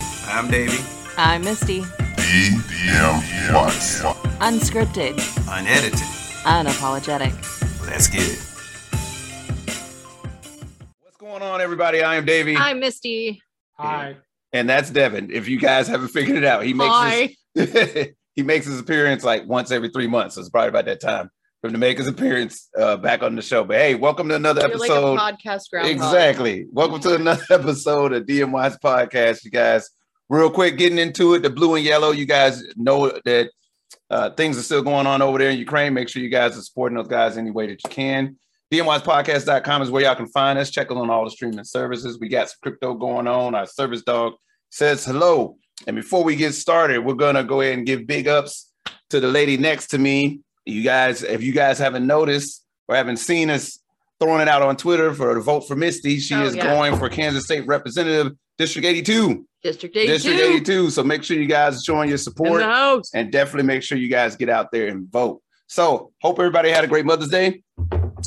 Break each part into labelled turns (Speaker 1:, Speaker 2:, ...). Speaker 1: I'm Davey.
Speaker 2: I'm Misty.
Speaker 3: DM Watts.
Speaker 2: Unscripted,
Speaker 1: Unedited.
Speaker 2: unapologetic.
Speaker 1: Let's get it. What's going on, everybody? I am Davey.
Speaker 2: I'm Misty.
Speaker 4: Hi.
Speaker 1: and that's Devin. If you guys haven't figured it out, he makes
Speaker 2: Hi.
Speaker 1: his, he makes his appearance like once every three months. So it's probably about that time for him to make his appearance uh, back on the show. But hey, welcome to another
Speaker 2: You're like a
Speaker 1: episode.
Speaker 2: podcast groundhog.
Speaker 1: Exactly. Welcome to another episode of DMY's podcast, you guys. Real quick, getting into it, the blue and yellow. You guys know that uh, things are still going on over there in Ukraine. Make sure you guys are supporting those guys any way that you can. DMYspodcast.com is where y'all can find us. Check us on all the streaming services. We got some crypto going on. Our service dog says hello. And before we get started, we're gonna go ahead and give big ups to the lady next to me. You guys, if you guys haven't noticed or haven't seen us throwing it out on Twitter for the vote for Misty, she
Speaker 2: Oh,
Speaker 1: is
Speaker 2: yeah.
Speaker 1: going for Kansas State Representative District 82.
Speaker 2: District 82.
Speaker 1: District 82. So make sure you guys are showing your
Speaker 2: In
Speaker 1: support
Speaker 2: the house.
Speaker 1: and definitely make sure you guys get out there and vote. So, hope everybody had a great Mother's Day,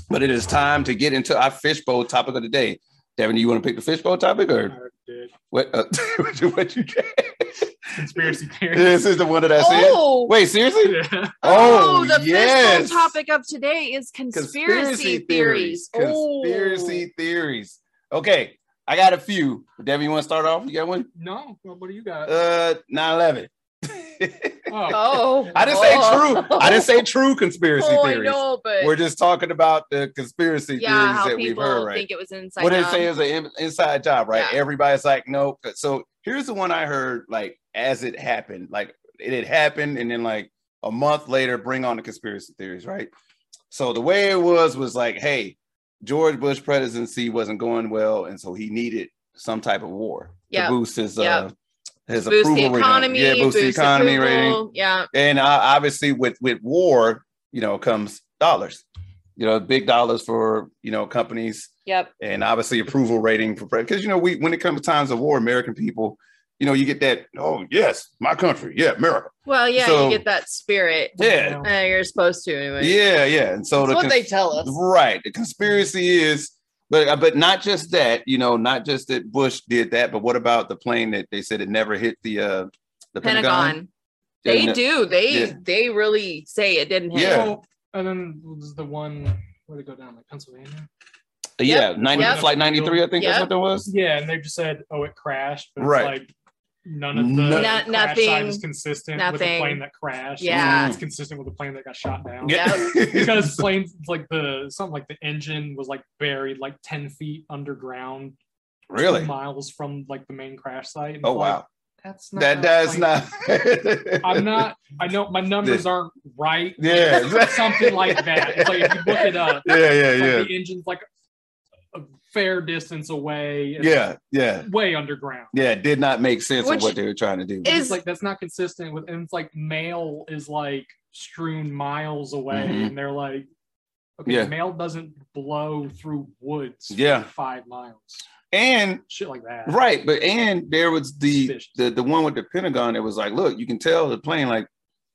Speaker 1: but it is time to get into our fishbowl topic of the day. Devin, do you want to pick the fishbowl topic
Speaker 4: I
Speaker 1: or
Speaker 4: already did.
Speaker 1: what? Uh, what you- what you
Speaker 4: Conspiracy theory.
Speaker 1: This is the one that I said.
Speaker 2: Oh,
Speaker 1: Wait, seriously?
Speaker 4: Yeah.
Speaker 2: oh, the
Speaker 1: yes.
Speaker 2: fishbowl topic of today is conspiracy, theories. Oh.
Speaker 1: Conspiracy theories. Okay, I got a few. Devin, you want to start off? You got one?
Speaker 4: No. Well, what do you got?
Speaker 1: Uh, 9-11.
Speaker 4: oh,
Speaker 2: Oh.
Speaker 1: I didn't say
Speaker 2: Oh.
Speaker 1: true. I didn't say true conspiracy
Speaker 2: oh,
Speaker 1: theories.
Speaker 2: I know, but
Speaker 1: We're just talking about the conspiracy
Speaker 2: yeah,
Speaker 1: theories
Speaker 2: how
Speaker 1: that we've
Speaker 2: people
Speaker 1: heard, right?
Speaker 2: think it was inside.
Speaker 1: What they
Speaker 2: job.
Speaker 1: say is an in- inside job, right?
Speaker 2: um, Yeah.
Speaker 1: Everybody's like, no. So here's the one I heard, like as it happened, like it had happened, and then like a month later, bring on the conspiracy theories, right? So the way it was was like, hey, George Bush presidency wasn't going well, and so he needed some type of war
Speaker 2: Yeah.
Speaker 1: to boost his uh, his
Speaker 2: boost the
Speaker 1: approval rating.
Speaker 2: economy.
Speaker 1: Yeah, boost, the economy rating
Speaker 2: approval. Yeah.
Speaker 1: and uh, obviously with with war you know comes dollars you know big dollars for you know companies
Speaker 2: Yep.
Speaker 1: and obviously approval rating for because you know we when it comes to times of war american people you know you get that oh yes my country yeah america
Speaker 2: Well, yeah,
Speaker 1: So-
Speaker 2: you get that spirit.
Speaker 1: yeah
Speaker 2: Uh, you're supposed to anyway.
Speaker 1: yeah yeah and so
Speaker 2: That's
Speaker 1: the
Speaker 2: what
Speaker 1: cons-
Speaker 2: they tell us.
Speaker 1: right the conspiracy is but but not just that you know not just that bush did that but what about the plane that they said it never hit the uh the pentagon,
Speaker 2: Pentagon. They
Speaker 1: And-
Speaker 2: do. They
Speaker 1: Yeah.
Speaker 2: they really say it didn't hit.
Speaker 1: Yeah.
Speaker 4: Well, and then was the one where they go down like Pennsylvania.
Speaker 1: yeah 90
Speaker 2: Yep.
Speaker 1: flight 93 i think
Speaker 2: Yep.
Speaker 1: that's what that was
Speaker 4: Yeah, and they just said, "Oh, it crashed," but
Speaker 1: Right.
Speaker 4: it's like none of the
Speaker 1: No-
Speaker 4: crash
Speaker 2: nothing-
Speaker 4: side is consistent with
Speaker 2: nothing.
Speaker 4: the plane that crashed.
Speaker 2: Yeah.
Speaker 4: it's consistent with the plane that got shot down.
Speaker 2: Yeah.
Speaker 4: Because planes like the something like the engine was like buried like ten feet underground, two
Speaker 1: really
Speaker 4: miles from like the main crash site. And
Speaker 1: Oh
Speaker 4: it's like,
Speaker 1: wow,
Speaker 4: that's not
Speaker 1: that
Speaker 4: how
Speaker 1: that's
Speaker 4: planes-
Speaker 1: not.
Speaker 4: I'm not. I know my numbers
Speaker 1: The-
Speaker 4: aren't right.
Speaker 1: Yeah.
Speaker 4: something like that. It's like if you look it up,
Speaker 1: Yeah, yeah,
Speaker 4: like
Speaker 1: yeah,
Speaker 4: the engine's like a fair distance away. It's
Speaker 1: yeah, yeah,
Speaker 4: way underground.
Speaker 1: yeah. It did not make sense
Speaker 2: Which
Speaker 1: of what they were trying to do.
Speaker 2: is-
Speaker 4: It's like that's not consistent with. And it's like mail is like strewn miles away,
Speaker 1: Mhm.
Speaker 4: and they're like, okay,
Speaker 1: Yeah.
Speaker 4: mail doesn't blow through woods. for
Speaker 1: Yeah.
Speaker 4: five miles,
Speaker 1: and
Speaker 4: shit like that.
Speaker 1: right, but and there was the
Speaker 4: Suspicious.
Speaker 1: the the one with the Pentagon. It was like, look, you can tell the plane. Like,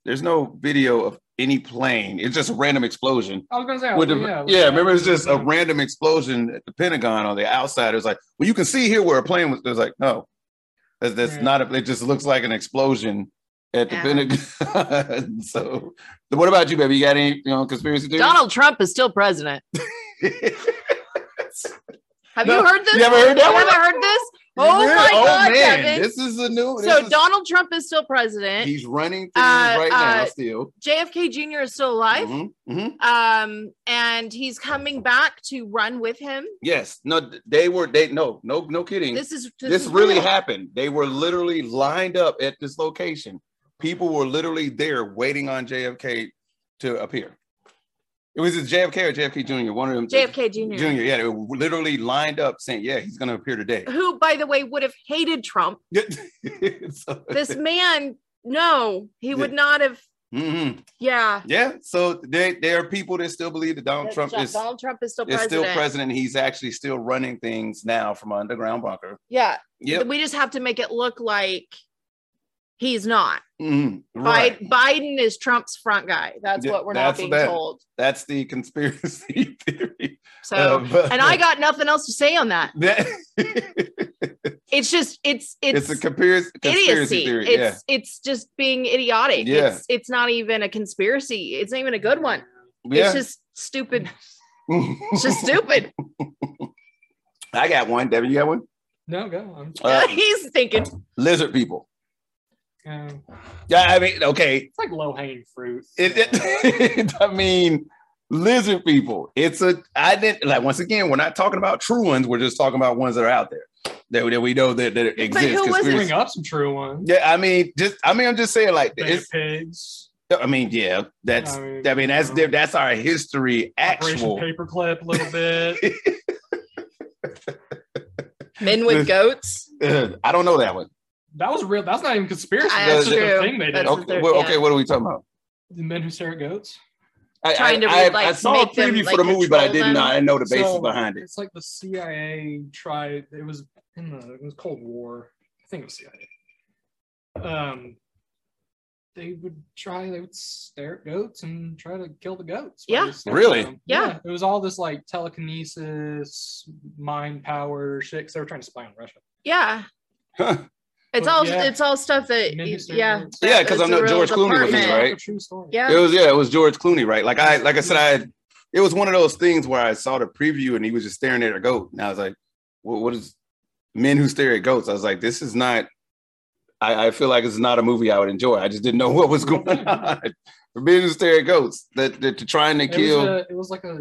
Speaker 1: there's no video of any plane. It's just a random explosion.
Speaker 4: I was gonna say,
Speaker 1: With the,
Speaker 4: Oh, yeah,
Speaker 1: yeah,
Speaker 4: like-
Speaker 1: remember it's just a random explosion at the Pentagon on the outside. It was like, well, you can see here where a plane was. It was like, no, that's, that's
Speaker 4: Yeah.
Speaker 1: not. A, it just looks like an explosion at the
Speaker 2: Yeah.
Speaker 1: Pentagon. so, what about you, baby? You got any you know conspiracy theories?
Speaker 2: Donald Trump is still president.
Speaker 1: you
Speaker 2: Have
Speaker 1: No,
Speaker 2: you heard this?
Speaker 1: you haven't heard that
Speaker 2: You
Speaker 1: one?
Speaker 2: haven't heard this? Oh
Speaker 1: really-
Speaker 2: my God, Kevin.
Speaker 1: This is a new. This
Speaker 2: So
Speaker 1: is,
Speaker 2: Donald Trump is still president.
Speaker 1: he's running things
Speaker 2: Uh,
Speaker 1: right now
Speaker 2: uh,
Speaker 1: still.
Speaker 2: JFK Jr. is still alive.
Speaker 1: Mhm, mhm.
Speaker 2: Um, and he's coming back to run with him.
Speaker 1: Yes. No. They were. They no. No. No kidding.
Speaker 2: This is
Speaker 1: this, really
Speaker 2: real.
Speaker 1: happened. They were literally lined up at this location. People were literally there waiting on JFK to appear. It was either JFK or JFK Jr. One of them.
Speaker 2: JFK Jr.
Speaker 1: Jr. Yeah, they were literally lined up saying, "Yeah, he's going to appear today."
Speaker 2: Who, by the way, would have hated Trump.
Speaker 1: So-
Speaker 2: This man, no, he would
Speaker 1: Yeah.
Speaker 2: not have.
Speaker 1: Mhm.
Speaker 2: Yeah.
Speaker 1: Yeah. So there, there are people that still believe that Donald
Speaker 2: That
Speaker 1: Trump is
Speaker 2: Donald Trump is still
Speaker 1: is
Speaker 2: president.
Speaker 1: still president. He's actually still running things now from an underground bunker.
Speaker 2: Yeah.
Speaker 1: Yep.
Speaker 2: We just have to make it look like He's not.
Speaker 1: Mhm, right.
Speaker 2: Biden, Biden is Trump's front guy. That's
Speaker 1: Yeah,
Speaker 2: what we're
Speaker 1: that's
Speaker 2: not being
Speaker 1: that.
Speaker 2: told.
Speaker 1: That's the conspiracy theory.
Speaker 2: So,
Speaker 1: Uh, but-
Speaker 2: and I got nothing else to say on that.
Speaker 1: That-
Speaker 2: It's just, it's,
Speaker 1: it's,
Speaker 2: it's,
Speaker 1: a conspiracy, conspiracy
Speaker 2: idiocy.
Speaker 1: theory.
Speaker 2: it's,
Speaker 1: yeah,
Speaker 2: it's just being idiotic.
Speaker 1: Yeah.
Speaker 2: It's, it's not even a conspiracy. It's not even a good one.
Speaker 1: yeah.
Speaker 2: It's just stupid. It's just stupid.
Speaker 1: I got one. Devin, you got one?
Speaker 4: No, go. I'm,
Speaker 1: Uh,
Speaker 2: He's thinking
Speaker 1: lizard people.
Speaker 4: uh, it's
Speaker 1: Yeah, I mean, okay.
Speaker 4: like low hanging fruit.
Speaker 1: It, it- I mean, lizard people. It's a. I didn't like. Once again, we're not talking about true ones. We're just talking about ones that are out there that, that we know that, that exist.
Speaker 2: who was it?
Speaker 1: conspiracy.
Speaker 4: Bring up some true ones.
Speaker 1: Yeah, I mean, just I mean, I'm just saying like
Speaker 4: Guinea
Speaker 1: it's.
Speaker 4: pigs.
Speaker 1: I mean, yeah, that's.
Speaker 4: I
Speaker 1: I
Speaker 4: mean,
Speaker 1: mean, that's
Speaker 4: you know.
Speaker 1: diff- that's our history. Actual.
Speaker 4: Operation Paperclip a little bit.
Speaker 2: men with goats.
Speaker 1: Ugh, I don't know that one.
Speaker 4: That was real. That's not even conspiracy.
Speaker 2: Ah,
Speaker 4: That's,
Speaker 1: that's
Speaker 4: just a
Speaker 2: true.
Speaker 4: thing they did.
Speaker 2: That's
Speaker 1: Okay,
Speaker 2: their-
Speaker 1: well,
Speaker 2: yeah.
Speaker 1: okay, what are we talking about?
Speaker 4: The men who stare at goats.
Speaker 1: I,
Speaker 2: Trying to
Speaker 1: I, I,
Speaker 2: really, like,
Speaker 1: I saw a
Speaker 2: make them,
Speaker 1: preview
Speaker 2: like,
Speaker 1: for the movie, but I
Speaker 2: control
Speaker 1: didn't.
Speaker 2: them.
Speaker 1: know I didn't know the basis
Speaker 4: So,
Speaker 1: behind it.
Speaker 4: It's like the CIA tried. It was in the it was Cold War. I think it was CIA. Um, they would try. They would stare at goats and try to kill the goats. by
Speaker 2: Yeah.
Speaker 4: just staring
Speaker 1: Really?
Speaker 4: at them.
Speaker 2: Yeah.
Speaker 4: It was all this like telekinesis, mind power shit. 'cause they were trying to spy on Russia.
Speaker 2: Yeah.
Speaker 1: Huh.
Speaker 2: It's
Speaker 4: But
Speaker 2: all,
Speaker 4: yeah.
Speaker 2: it's all stuff that,
Speaker 4: Men who stare at
Speaker 2: yeah.
Speaker 4: goats.
Speaker 1: Yeah, 'cause
Speaker 2: It's
Speaker 1: I know
Speaker 2: a real
Speaker 1: George Clooney was in it,
Speaker 2: department.
Speaker 1: right?
Speaker 4: A true story.
Speaker 2: Yeah.
Speaker 1: It was yeah, it was George Clooney, right? Like I like I said, I had, it was one of those things where I saw the preview and he was just staring at a goat, and I was like, "What, what is men who stare at goats?" I was like, "This is not." I, I feel like it's not a movie I would enjoy. I just didn't know what was going on. Men who stare at goats that that to trying to
Speaker 4: It was,
Speaker 1: kill.
Speaker 4: a, it was like a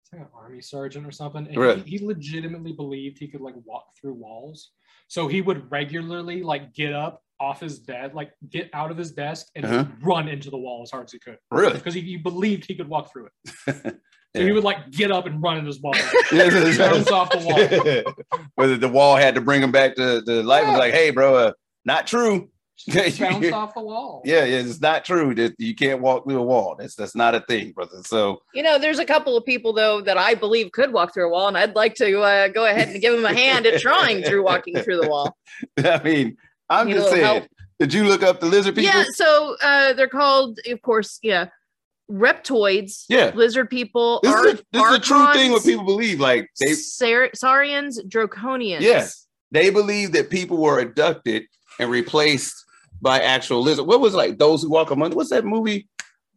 Speaker 4: it's like an army sergeant or something. And
Speaker 1: Right.
Speaker 4: he, he legitimately believed he could like walk through walls. So he would regularly like get up off his bed, like get out of his desk and
Speaker 1: Uh-huh.
Speaker 4: run into the wall as hard as he could.
Speaker 1: really?
Speaker 4: Because he, he believed he could walk through it. So
Speaker 1: Yeah.
Speaker 4: he would like get up and run into his wall.
Speaker 1: Yes, yes, yes.
Speaker 4: Bounce off the wall.
Speaker 1: Whether the wall had to bring him back to the life was like, "Hey, bro, uh, not true."
Speaker 4: Just Bounce off the wall.
Speaker 1: Yeah, yeah, it's not true that you can't walk through a wall. That's that's not a thing, brother. So
Speaker 2: You know, there's a couple of people though that I believe could walk through a wall, and I'd like to uh, go ahead and give them a hand at trying through walking through the wall.
Speaker 1: I mean, I'm
Speaker 2: Need
Speaker 1: just
Speaker 2: a little
Speaker 1: saying.
Speaker 2: help.
Speaker 1: Did you look up the lizard people?
Speaker 2: Yeah, so uh, they're called, of course, yeah, reptoids,
Speaker 1: Yeah.
Speaker 2: lizard people.
Speaker 1: This
Speaker 2: ar-
Speaker 1: is a, this is a true thing. What
Speaker 2: archons,
Speaker 1: people believe, like they
Speaker 2: Sar- saurians, draconians.
Speaker 1: Yes. they believe that people were abducted and replaced by actual lizard. What was it like those who walk among? What's that movie?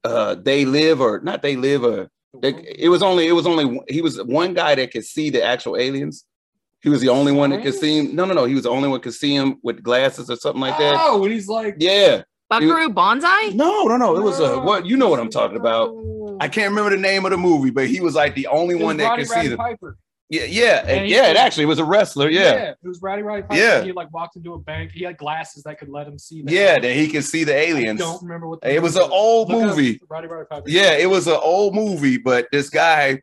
Speaker 1: Uh, they live or not? They live or they, it was only it was only he was one guy that could see the actual aliens. He was the only one that could see him. No, no, no. He was the only one could see him with glasses or something like that.
Speaker 4: Oh, and he's like,
Speaker 1: Yeah.
Speaker 2: Buckaroo bonsai?
Speaker 1: No, no, no. It was a
Speaker 4: "No,
Speaker 1: what you know what I'm talking about.
Speaker 4: no."
Speaker 1: I can't remember the name of the movie, but he was like the only
Speaker 4: It was
Speaker 1: one that
Speaker 4: Roddy
Speaker 1: could see
Speaker 4: Roddy
Speaker 1: them.
Speaker 4: Piper.
Speaker 1: Yeah, yeah,
Speaker 4: And
Speaker 1: and
Speaker 4: he-
Speaker 1: yeah. It actually was a wrestler. Yeah,
Speaker 4: it was Roddy Roddy Piper.
Speaker 1: Yeah.
Speaker 4: He like walked into a bank. He had glasses that could let him see.
Speaker 1: yeah.
Speaker 4: the
Speaker 1: that he could see the aliens.
Speaker 4: I don't remember what.
Speaker 1: It was an
Speaker 4: movie
Speaker 1: old
Speaker 4: Look up
Speaker 1: movie.
Speaker 4: Roddy Roddy Piper.
Speaker 1: Yeah, it was an old movie, but this guy,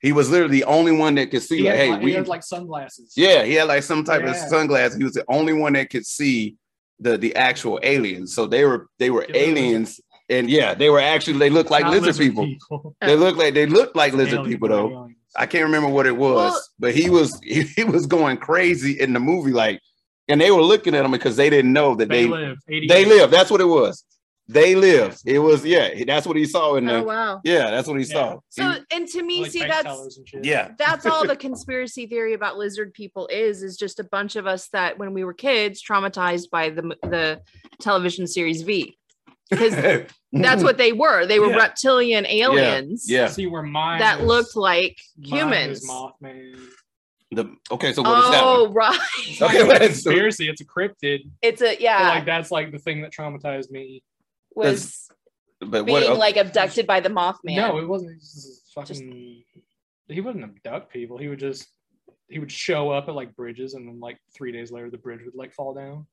Speaker 1: he was literally the only one that could see.
Speaker 4: He
Speaker 1: like,
Speaker 4: had,
Speaker 1: hey,
Speaker 4: like, he
Speaker 1: we.
Speaker 4: had like sunglasses.
Speaker 1: yeah, he had like some type
Speaker 4: Yeah.
Speaker 1: of sunglasses. He was the only one that could see the the actual aliens. So they were they were
Speaker 4: Give it a lizard.
Speaker 1: aliens, and yeah, they were actually they looked like
Speaker 4: Not
Speaker 1: lizard, people. They looked like they looked like lizard
Speaker 4: Alien
Speaker 1: people though.
Speaker 4: aliens.
Speaker 1: I can't remember what it was,
Speaker 2: Well-
Speaker 1: but he was he, he was going crazy in the movie, like, and they were looking at him because they didn't know that
Speaker 4: They,
Speaker 1: they
Speaker 4: live. 88.
Speaker 1: they live. That's what it was. They live. It was yeah. That's what he saw in the
Speaker 2: Oh, wow.
Speaker 1: yeah. That's what he
Speaker 4: Yeah.
Speaker 1: saw.
Speaker 2: So, and to me,
Speaker 4: Like
Speaker 2: see,
Speaker 4: bank
Speaker 2: that's
Speaker 4: tellers and shit.
Speaker 1: yeah.
Speaker 2: that's all the conspiracy theory about lizard people is is just a bunch of us that when we were kids traumatized by the m- the television series V because that's what they were they were
Speaker 4: Yeah.
Speaker 2: reptilian aliens
Speaker 1: yeah.
Speaker 4: See where mine
Speaker 2: that
Speaker 4: is-
Speaker 2: looked like
Speaker 4: mine is
Speaker 2: humans
Speaker 4: Mothman.
Speaker 1: The, okay, so what is that? one?
Speaker 2: oh right
Speaker 4: It's not
Speaker 1: Okay,
Speaker 4: even
Speaker 1: wait,
Speaker 4: a
Speaker 1: so-
Speaker 4: conspiracy. It's a cryptid.
Speaker 2: it's a
Speaker 4: But,
Speaker 2: yeah
Speaker 4: like that's like the thing that traumatized me.
Speaker 2: was
Speaker 1: But
Speaker 2: being
Speaker 1: what? okay,
Speaker 2: like abducted by the mothman
Speaker 4: No, it wasn't. It was just fucking. He wouldn't abduct people. He would just. He would show up at like bridges, and then like three days later, the bridge would like fall down.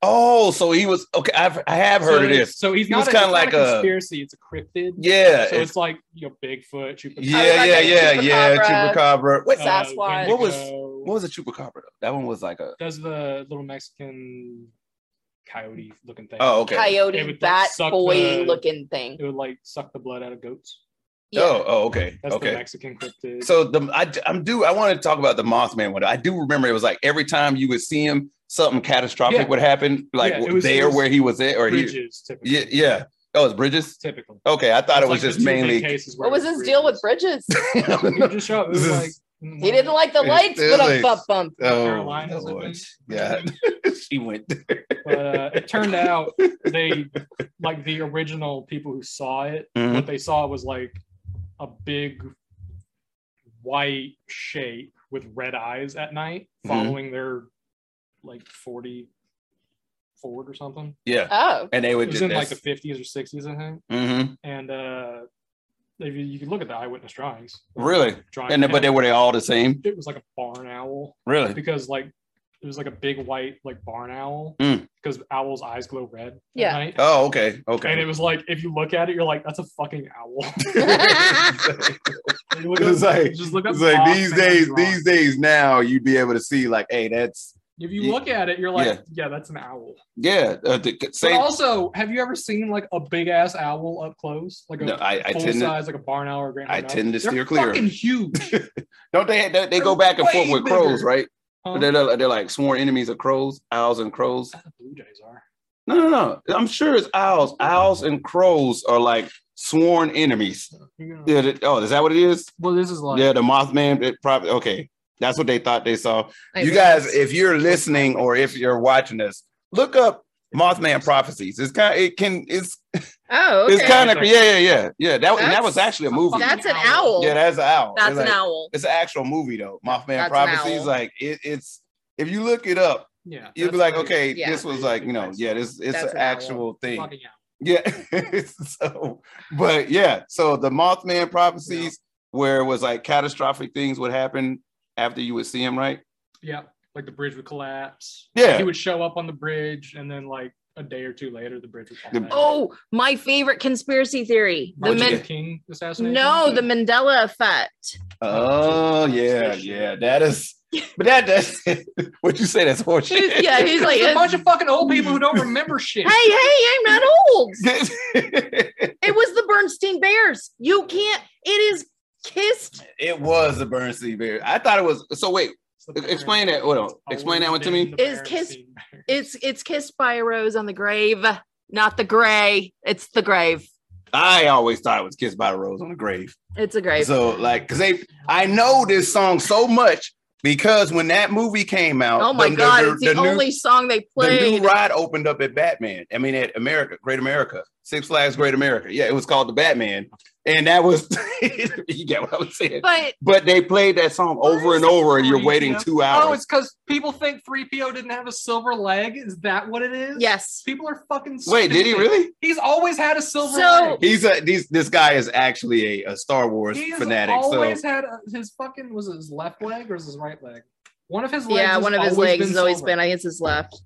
Speaker 1: oh, so he was okay. I've I have heard of
Speaker 4: so it's-
Speaker 1: this.
Speaker 4: So he's
Speaker 1: He
Speaker 4: not
Speaker 1: was
Speaker 4: a-
Speaker 1: kinda
Speaker 4: it's not
Speaker 1: like
Speaker 4: a
Speaker 1: a-
Speaker 4: conspiracy. It's a cryptid.
Speaker 1: Yeah,
Speaker 4: So it's like you know Bigfoot, Chupacabra.
Speaker 1: yeah, yeah, yeah, yeah.
Speaker 2: Chupacabra.
Speaker 1: Chupacabra. What,
Speaker 2: Uh,
Speaker 4: Oh.
Speaker 2: Sasquatch.
Speaker 1: What was-
Speaker 4: Wendigo.
Speaker 1: what was a chupacabra? Though? That one was like a
Speaker 4: Does the little Mexican coyote looking thing?
Speaker 1: oh okay.
Speaker 4: It
Speaker 2: coyote
Speaker 4: would, like,
Speaker 2: bat
Speaker 4: suck
Speaker 2: boy
Speaker 4: the-
Speaker 2: looking thing
Speaker 4: It would like suck the blood out of goats.
Speaker 1: Oh, oh, okay,
Speaker 4: That's
Speaker 1: okay.
Speaker 4: the Mexican cryptid.
Speaker 1: So the I, I'm do I want to talk about the Mothman one. I do remember it was like every time you would see him, something catastrophic
Speaker 4: Yeah.
Speaker 1: would happen, like
Speaker 4: Yeah, it was-
Speaker 1: there
Speaker 4: it was
Speaker 1: where he was at, or he,
Speaker 4: Bridges, typically.
Speaker 1: yeah, yeah. Oh, it's Bridges.
Speaker 4: Typically.
Speaker 1: Okay, I thought it was
Speaker 4: It's like
Speaker 1: just
Speaker 4: the two big
Speaker 1: mainly. Oh,
Speaker 4: cases where
Speaker 2: What was
Speaker 4: it
Speaker 2: his deal with
Speaker 4: Bridges.
Speaker 2: Bridges?
Speaker 4: You just show it was
Speaker 1: This
Speaker 4: like mm,
Speaker 1: is-
Speaker 2: He didn't like the
Speaker 1: It's
Speaker 2: lights, but
Speaker 1: silly.
Speaker 2: a bump bump.
Speaker 1: oh,
Speaker 4: Carolinas, I
Speaker 1: Lord.
Speaker 4: think.
Speaker 1: yeah, she went. there.
Speaker 4: But uh, it turned out they like the original people who saw it.
Speaker 1: Mhm.
Speaker 4: What they saw was like a big white shape with red eyes at night,
Speaker 1: Mhm.
Speaker 4: following their like forty Ford or something.
Speaker 1: Yeah,
Speaker 2: Oh,
Speaker 1: and they
Speaker 4: It
Speaker 1: would
Speaker 4: was
Speaker 1: just.
Speaker 4: in like the fifties or sixties, I think.
Speaker 1: Mhm.
Speaker 4: And uh, if you, you could look at the eyewitness drawings.
Speaker 1: Really,
Speaker 4: Drawing
Speaker 1: and then- but they were they all the same?
Speaker 4: it was like a barn owl
Speaker 1: Really?
Speaker 4: because like it was like a big white like barn owl
Speaker 1: Mm.
Speaker 4: because owls' eyes glow red. at
Speaker 2: Yeah.
Speaker 4: night.
Speaker 1: Oh, okay,
Speaker 4: And it
Speaker 1: okay.
Speaker 4: was like, if you look at it, you're like, that's a fucking owl. You look
Speaker 1: It's
Speaker 4: up-
Speaker 1: like-
Speaker 4: just look up
Speaker 1: It's like
Speaker 4: Bob
Speaker 1: these
Speaker 4: Mann
Speaker 1: days,
Speaker 4: drawing.
Speaker 1: these days now, you'd be able to see like, hey, that's
Speaker 4: If you
Speaker 1: Yeah.
Speaker 4: look at it, you're like, yeah, that's an owl.
Speaker 1: yeah. Uh, the,
Speaker 4: But
Speaker 1: same.
Speaker 4: also, have you ever seen like a big ass owl up close, like a
Speaker 1: No, I, I
Speaker 4: full
Speaker 1: tend to,
Speaker 4: size, like a barn owl or a grand?
Speaker 1: I
Speaker 4: barn owl?
Speaker 1: tend to
Speaker 4: They're
Speaker 1: steer clear.
Speaker 4: Fucking huge.
Speaker 1: don't they? They, they go
Speaker 4: They're
Speaker 1: back and forth
Speaker 4: way
Speaker 1: with crows,
Speaker 4: bigger.
Speaker 1: right?
Speaker 4: Huh?
Speaker 1: But They're, they're, they're like sworn enemies of crows, owls and crows.
Speaker 4: That's what blue jays are.
Speaker 1: No, no, no. I'm sure it's owls. Owls and crows are like sworn enemies.
Speaker 4: You're gonna-
Speaker 1: Yeah, that- oh, is that what it is?
Speaker 4: Well, this is like
Speaker 1: Yeah, the Mothman. It probably okay. That's what they thought they saw.
Speaker 2: I
Speaker 1: you
Speaker 2: guess.
Speaker 1: guys, if you're listening or if you're watching us, look up Mothman prophecies. It's kind. It can. It's.
Speaker 2: Oh, okay.
Speaker 1: It's kind of. Yeah, yeah, yeah, yeah. That and that was
Speaker 2: That's-
Speaker 1: actually a movie.
Speaker 2: That's an
Speaker 4: owl.
Speaker 2: owl.
Speaker 1: yeah, that's an owl.
Speaker 2: That's
Speaker 1: It's
Speaker 2: an
Speaker 1: like-
Speaker 2: owl.
Speaker 1: It's an actual movie though. Mothman
Speaker 2: That's an
Speaker 1: prophecies.
Speaker 2: owl.
Speaker 1: Like it, it's. If you look it up,
Speaker 4: yeah.
Speaker 1: you'd be
Speaker 4: that's
Speaker 1: like,
Speaker 4: like-
Speaker 1: okay,
Speaker 2: Yeah.
Speaker 1: this was like, you know, yeah, this it's
Speaker 2: That's
Speaker 1: an
Speaker 2: an owl.
Speaker 1: actual thing.
Speaker 4: Fucking owl.
Speaker 1: Yeah. so, but yeah, so the Mothman prophecies, where it was like catastrophic things would happen after you would see him, right?
Speaker 4: Yeah, like the bridge would collapse.
Speaker 1: Yeah.
Speaker 4: he would show up on the bridge, and then like a day or two later, the bridge would
Speaker 1: The-
Speaker 4: collapse.
Speaker 2: Oh, my favorite conspiracy theory. The
Speaker 1: What'd you
Speaker 2: men-
Speaker 4: Martin Luther King assassination.
Speaker 2: no, the Mandela effect.
Speaker 1: Oh yeah,
Speaker 4: Especially-
Speaker 1: yeah. That is, but that that's what you say. That's horseshit.
Speaker 2: Yeah, he's like,
Speaker 4: There's a
Speaker 2: hey,
Speaker 4: bunch of fucking old people who don't remember shit.
Speaker 2: hey, I'm not old. It was the Bernstein Bears. You can't. It is kissed.
Speaker 1: it was the Bernstein Bear. I thought it was. So wait, e-,
Speaker 4: It's the parents.
Speaker 1: explain that. Hold on. Explain that one to me.
Speaker 4: Always been the
Speaker 2: Is
Speaker 4: parents
Speaker 2: kiss-
Speaker 4: being better.
Speaker 2: It's it's kissed by a rose on the grave, not the gray. It's the grave.
Speaker 1: I always thought it was "Kissed by a Rose on the Grave."
Speaker 2: It's a grave.
Speaker 1: So uh, like, cause they, I know this song so much because when that movie came out,
Speaker 2: oh my
Speaker 1: the- the-
Speaker 2: god!
Speaker 1: the-
Speaker 2: it's the,
Speaker 1: the new-
Speaker 2: only song they
Speaker 1: The
Speaker 2: played.
Speaker 1: new ride opened up at Batman. I mean, at America, Great America, Six Flags Great America. Yeah, it was called the Batman, and that was you get what I was saying. But,
Speaker 2: But
Speaker 1: they played that song over
Speaker 4: is
Speaker 1: and
Speaker 4: it
Speaker 1: over, and you're
Speaker 4: free,
Speaker 1: waiting
Speaker 4: yeah?
Speaker 1: two
Speaker 4: Oh,
Speaker 1: hours.
Speaker 4: it's because people think 3PO didn't have a silver leg. Is that what it is?
Speaker 2: yes,
Speaker 4: People are fucking.
Speaker 1: Wait, did he
Speaker 4: stupid.
Speaker 1: really?
Speaker 4: He's always had a silver
Speaker 2: So-
Speaker 4: leg.
Speaker 1: He's a these. This guy is actually a, a Star Wars
Speaker 4: He has
Speaker 1: fanatic. So
Speaker 4: always had a, his fucking was it his left leg or is his right leg? One of his legs.
Speaker 2: yeah.
Speaker 4: has
Speaker 2: One of his
Speaker 4: always
Speaker 2: legs
Speaker 4: been
Speaker 2: has always
Speaker 4: silver.
Speaker 2: been. I guess his left.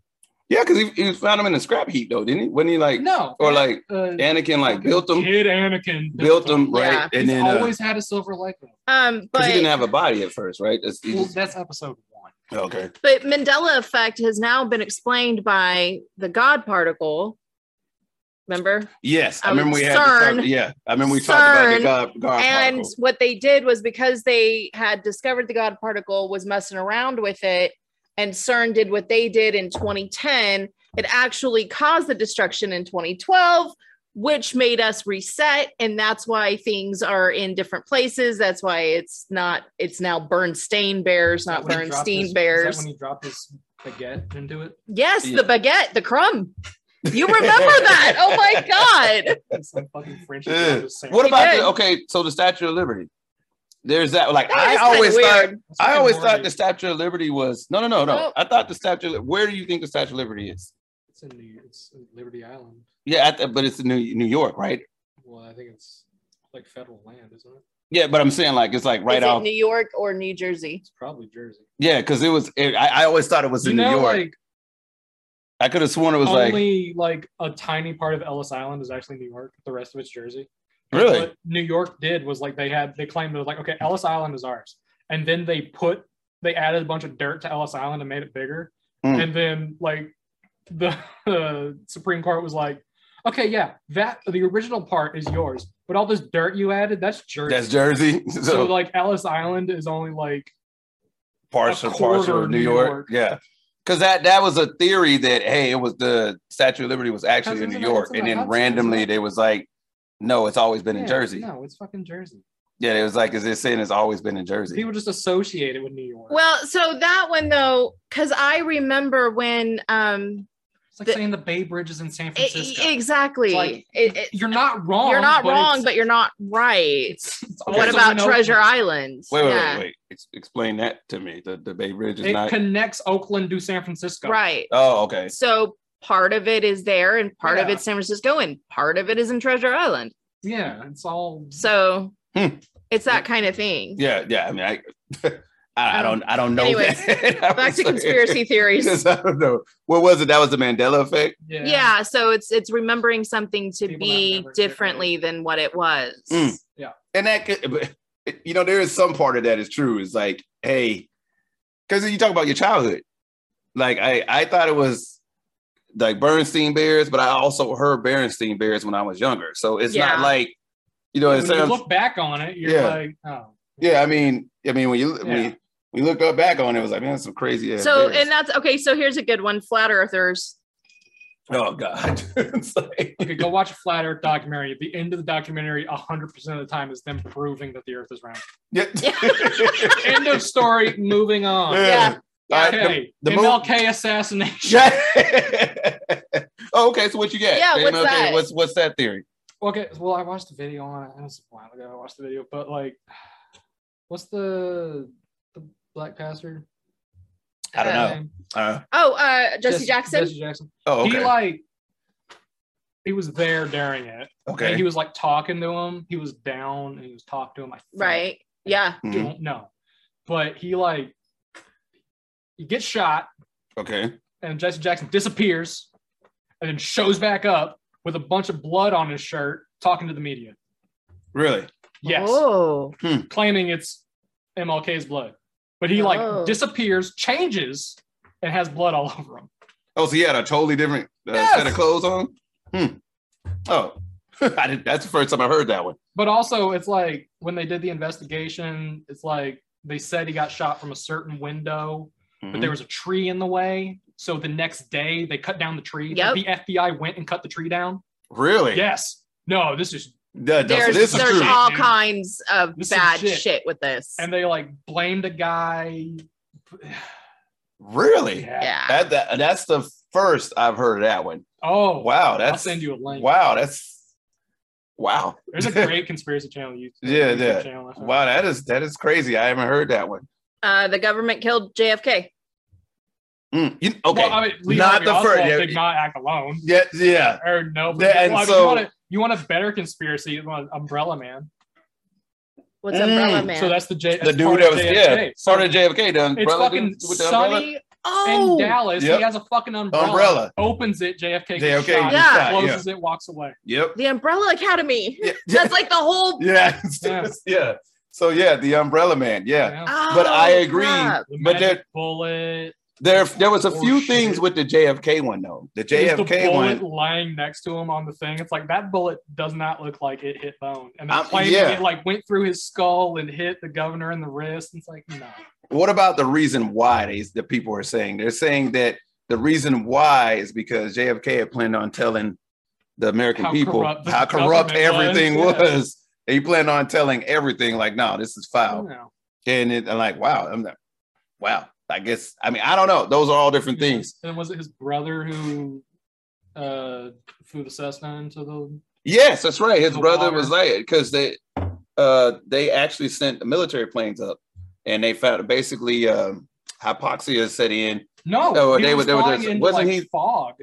Speaker 1: yeah, because he, he found him in a scrap heap though, didn't he? Wasn't he like
Speaker 4: no
Speaker 1: or like
Speaker 4: uh,
Speaker 1: Anakin like built him,
Speaker 4: Kid Anakin
Speaker 1: built him right,
Speaker 2: Yeah.
Speaker 1: and
Speaker 4: He's
Speaker 1: then uh,
Speaker 4: always had a silver leg. though.
Speaker 2: Um,
Speaker 1: 'cause
Speaker 2: but
Speaker 1: he didn't have a body at first, right? That's, he
Speaker 4: Well,
Speaker 1: just-
Speaker 4: that's episode one.
Speaker 1: okay.
Speaker 2: But Mandela effect has now been explained by the God particle. Remember?
Speaker 1: Yes, I
Speaker 2: Um,
Speaker 1: remember we had. this
Speaker 2: CERN.
Speaker 1: talk- yeah, I remember we talked about the
Speaker 2: CERN
Speaker 1: God, God
Speaker 2: And
Speaker 1: particle.
Speaker 2: what they did was because they had discovered the God particle was messing around with it, and CERN did what they did in 2010, it actually caused the destruction in 2012, which made us reset. And that's why things are in different places. That's why it's not, it's now Bernstein Bears, not
Speaker 4: When he dropped his-
Speaker 2: Bernstein
Speaker 4: is
Speaker 2: Bears.
Speaker 4: that when he dropped his baguette into it.
Speaker 2: Yes,
Speaker 1: Yeah.
Speaker 2: the baguette, the crumb. You remember that? Oh my god!
Speaker 4: It's some fucking French.
Speaker 1: Ugh.
Speaker 4: What
Speaker 1: What
Speaker 2: He
Speaker 1: about
Speaker 2: did.
Speaker 1: the, okay? So the Statue of Liberty. There's that. Like
Speaker 2: That
Speaker 1: I
Speaker 2: is kinda
Speaker 1: always thought.
Speaker 2: weird.
Speaker 1: I always thought the Statue of Liberty was no, no, no, no.
Speaker 2: Nope.
Speaker 1: I thought the Statue. of Li- Where do you think the Statue of Liberty is?
Speaker 4: It's in New. It's in Liberty Island.
Speaker 1: Yeah, I th- but it's in New New York, right?
Speaker 4: Well, I think it's like federal land, isn't it?
Speaker 1: Yeah, but I'm saying like it's like right
Speaker 2: Is it
Speaker 1: off.
Speaker 2: New York or New Jersey.
Speaker 4: It's probably Jersey.
Speaker 1: yeah, because it was. It, I, I always thought it was
Speaker 4: you
Speaker 1: in
Speaker 4: know,
Speaker 1: New York.
Speaker 4: like
Speaker 1: I could have sworn it was like
Speaker 4: only like, a tiny part of Ellis Island is actually New York. The rest of it's Jersey. And
Speaker 1: Really?
Speaker 4: What New York did was like they had they claimed it was like okay Ellis Island is ours, and then they put they added a bunch of dirt to Ellis Island and made it bigger,
Speaker 1: Mm.
Speaker 4: and then like the uh, Supreme Court was like. Okay, yeah, that the original part is yours, but all this dirt you added, that's Jersey.
Speaker 1: that's Jersey, so,
Speaker 4: so, like Ellis Island is only like
Speaker 1: partial
Speaker 4: a quarter
Speaker 1: partial of
Speaker 4: of
Speaker 1: New
Speaker 4: New
Speaker 1: York.
Speaker 4: York.
Speaker 1: Yeah, Because that that was a theory that hey, it was the Statue of Liberty was actually in
Speaker 4: Cousins
Speaker 1: New
Speaker 4: and
Speaker 1: York,
Speaker 4: Hudson
Speaker 1: and
Speaker 4: and
Speaker 1: then
Speaker 4: Hudson,
Speaker 1: randomly
Speaker 4: isn't it?
Speaker 1: they was like, no, it's always been in
Speaker 4: Yeah,
Speaker 1: Jersey.
Speaker 4: No, it's fucking Jersey.
Speaker 1: Yeah, it was like, is it saying it's always been in Jersey?
Speaker 4: People just associate it with New York.
Speaker 2: Well, so that one though, because I remember when um
Speaker 4: it's like
Speaker 2: the-
Speaker 4: saying the Bay Bridge is in San
Speaker 2: e-
Speaker 4: Francisco.
Speaker 2: e- exactly.
Speaker 4: Like,
Speaker 2: It- it-
Speaker 4: you're not wrong.
Speaker 2: you're not wrong,
Speaker 4: it's-
Speaker 2: but you're not right.
Speaker 4: it's, it's
Speaker 2: What
Speaker 4: also
Speaker 2: about
Speaker 4: in
Speaker 2: Treasure
Speaker 4: Oakland.
Speaker 2: Island?
Speaker 1: Wait, wait,
Speaker 2: Yeah.
Speaker 1: wait, wait. Ex- explain that to me. The the Bay Bridge is
Speaker 4: It
Speaker 1: not.
Speaker 4: connects Oakland to San Francisco.
Speaker 2: Right.
Speaker 1: oh, okay.
Speaker 2: So part of it is there and part of
Speaker 4: Yeah.
Speaker 2: it's San Francisco and part of it is in Treasure Island.
Speaker 4: Yeah, it's all.
Speaker 2: So
Speaker 1: Hmm.
Speaker 2: it's that kind of thing.
Speaker 1: Yeah, yeah. I mean, I, I, I don't, I don't know.
Speaker 2: Anyways,
Speaker 1: that. I
Speaker 2: Back
Speaker 1: was
Speaker 2: to
Speaker 1: like-
Speaker 2: conspiracy theories.
Speaker 1: I don't know. What was it? That was the Mandela effect.
Speaker 4: Yeah.
Speaker 2: Yeah, so it's it's remembering something to
Speaker 4: People that
Speaker 2: be
Speaker 4: remember it
Speaker 2: differently than what it was.
Speaker 1: Mm.
Speaker 4: Yeah.
Speaker 1: and that could, but, you know, there is some part of that is true. It's like, hey, because you talk about your childhood. Like I, I thought it was like Bernstein Bears, but I also heard Bernstein Bears when I was younger. So it's not
Speaker 2: Yeah.
Speaker 1: like, you know,
Speaker 4: When
Speaker 1: it
Speaker 4: you
Speaker 1: sounds.
Speaker 4: look back on it, you're
Speaker 1: Yeah.
Speaker 4: like, oh.
Speaker 1: yeah, I mean, I mean, when you when
Speaker 4: Yeah.
Speaker 1: you- we looked up back on it, it was like, man, that's some crazy. ass
Speaker 2: so
Speaker 1: bears.
Speaker 2: and that's okay, so here's a good one, flat earthers.
Speaker 1: oh god, It's like-
Speaker 4: Okay, go watch a flat Earth documentary. At the end of the documentary, hundred percent of the time is them proving that the Earth is round.
Speaker 1: yeah.
Speaker 4: End of story. Moving on.
Speaker 2: Yeah.
Speaker 1: All right, the-
Speaker 4: Okay.
Speaker 1: the mo-
Speaker 4: MLK assassination.
Speaker 1: Yeah. oh, okay. So what you got?
Speaker 2: Yeah, what's that?
Speaker 1: What's what's that theory?
Speaker 4: Okay. Well, I watched the video on it. It was a while ago. I watched the video, but like, what's the the black pastor?
Speaker 1: I don't know.
Speaker 4: name?
Speaker 1: Uh,
Speaker 2: Oh, uh Jesse
Speaker 4: Jesse-
Speaker 2: Jackson.
Speaker 4: Jesse Jackson.
Speaker 1: oh,
Speaker 4: He
Speaker 1: okay.
Speaker 4: like he was there during it.
Speaker 1: Okay.
Speaker 4: And he was like talking to him. He was down and he was talking to him. I think.
Speaker 2: right. Yeah.
Speaker 1: Mhm.
Speaker 4: Don't know. But he like he gets shot
Speaker 1: Okay.
Speaker 4: and Jesse Jackson disappears and then shows back up with a bunch of blood on his shirt talking to the media.
Speaker 1: Really?
Speaker 4: Yes.
Speaker 2: Oh.
Speaker 4: Claiming it's MLK's blood. But he
Speaker 2: Oh.
Speaker 4: like disappears, changes, and has blood all over him.
Speaker 1: Oh, so he had a totally different uh,
Speaker 4: Yes.
Speaker 1: set of clothes on. Hmm. Oh, I did, that's the first time I heard that one.
Speaker 4: But also, it's like when they did the investigation, it's like they said he got shot from a certain window, but
Speaker 1: Mm-hmm.
Speaker 4: there was a tree in the way. So the next day, they cut down the tree.
Speaker 2: Yep.
Speaker 4: The FBI went and cut the tree down.
Speaker 1: Hmm. really?
Speaker 4: Yes. No, this is.
Speaker 1: Yeah, that's-
Speaker 2: There's
Speaker 1: this is
Speaker 2: there's
Speaker 1: true.
Speaker 2: all
Speaker 4: Dude.
Speaker 2: kinds of
Speaker 4: This is
Speaker 2: bad shit.
Speaker 4: shit.
Speaker 2: with this.
Speaker 4: And they like blamed a guy.
Speaker 1: really?
Speaker 4: Yeah.
Speaker 2: yeah.
Speaker 1: That, that that's the first I've heard of that one.
Speaker 4: Oh,
Speaker 1: Wow.
Speaker 4: I'll
Speaker 1: That's
Speaker 4: send you a link.
Speaker 1: wow. That's wow.
Speaker 4: There's a great conspiracy channel. You
Speaker 1: Yeah,
Speaker 4: YouTube
Speaker 1: yeah.
Speaker 4: Channel I found.
Speaker 1: Wow. That is that is crazy. I haven't heard that one.
Speaker 2: Uh, the government killed JFK.
Speaker 1: Mm. You- okay.
Speaker 4: Well, I mean, Lee
Speaker 1: Not
Speaker 4: Harvey
Speaker 1: the first-
Speaker 4: Oswald
Speaker 1: yeah.
Speaker 4: did not act alone.
Speaker 1: yeah. Yeah.
Speaker 4: Or no, but
Speaker 1: Yeah,
Speaker 4: well,
Speaker 1: and
Speaker 4: I mean,
Speaker 1: so-
Speaker 4: you, want a, you want a better conspiracy? You want Umbrella Man.
Speaker 2: What's
Speaker 1: Mm.
Speaker 2: Umbrella Man?
Speaker 4: So that's the J.
Speaker 1: The
Speaker 4: that's part
Speaker 1: dude that
Speaker 4: of
Speaker 1: was
Speaker 4: JFK.
Speaker 1: yeah
Speaker 4: So
Speaker 1: part of JFK. The
Speaker 4: It's
Speaker 1: umbrella dude
Speaker 4: fucking
Speaker 1: with the umbrella.
Speaker 4: sunny in
Speaker 2: oh,
Speaker 4: Dallas.
Speaker 1: Yep.
Speaker 4: He has a fucking umbrella.
Speaker 1: Umbrella.
Speaker 4: Opens it. JFK.
Speaker 1: JFK
Speaker 4: JFK. Shot,
Speaker 2: gets
Speaker 1: shot, yeah.
Speaker 4: Closes it. Walks away.
Speaker 1: Yep.
Speaker 2: the Umbrella Academy.
Speaker 1: Yeah.
Speaker 2: That's like the whole.
Speaker 1: yeah. yeah.
Speaker 4: Yeah.
Speaker 1: So yeah, the Umbrella Man. Yeah. But
Speaker 2: Oh,
Speaker 1: I agree.
Speaker 2: crap.
Speaker 4: The
Speaker 1: But
Speaker 4: magic
Speaker 1: there-
Speaker 4: bullet.
Speaker 1: There, there was a
Speaker 4: Oh,
Speaker 1: few
Speaker 4: shit.
Speaker 1: things with the JFK one though. The
Speaker 4: There's the
Speaker 1: JFK
Speaker 4: bullet
Speaker 1: one.
Speaker 4: lying next to him on the thing. It's like that bullet does not look like it hit bone, and they're
Speaker 1: Um,
Speaker 4: claiming
Speaker 1: yeah.
Speaker 4: it like went through his skull and hit the governor in the wrist. It's like no,
Speaker 1: What about the reason why these the people are saying? They're saying that the reason why is because JFK had planned on telling the American
Speaker 4: How
Speaker 1: people
Speaker 4: corrupt the
Speaker 1: how corrupt
Speaker 4: government was,
Speaker 1: everything was.
Speaker 4: yeah.
Speaker 1: He planned on telling everything like, no, this is foul.
Speaker 4: no.
Speaker 1: And it, I'm like, wow, I'm like, wow. I guess I mean I don't know. Those are all different things.
Speaker 4: And was it his brother who uh flew the Cessna into the?
Speaker 1: Yes, that's right. His
Speaker 4: The
Speaker 1: brother
Speaker 4: water.
Speaker 1: was there because they uh they actually sent military planes up and they found basically um hypoxia set in.
Speaker 4: No,
Speaker 1: Oh,
Speaker 4: he
Speaker 1: they were-
Speaker 4: was
Speaker 1: they were
Speaker 4: flying
Speaker 1: just-
Speaker 4: into,
Speaker 1: wasn't
Speaker 4: like,
Speaker 1: he-
Speaker 4: fog?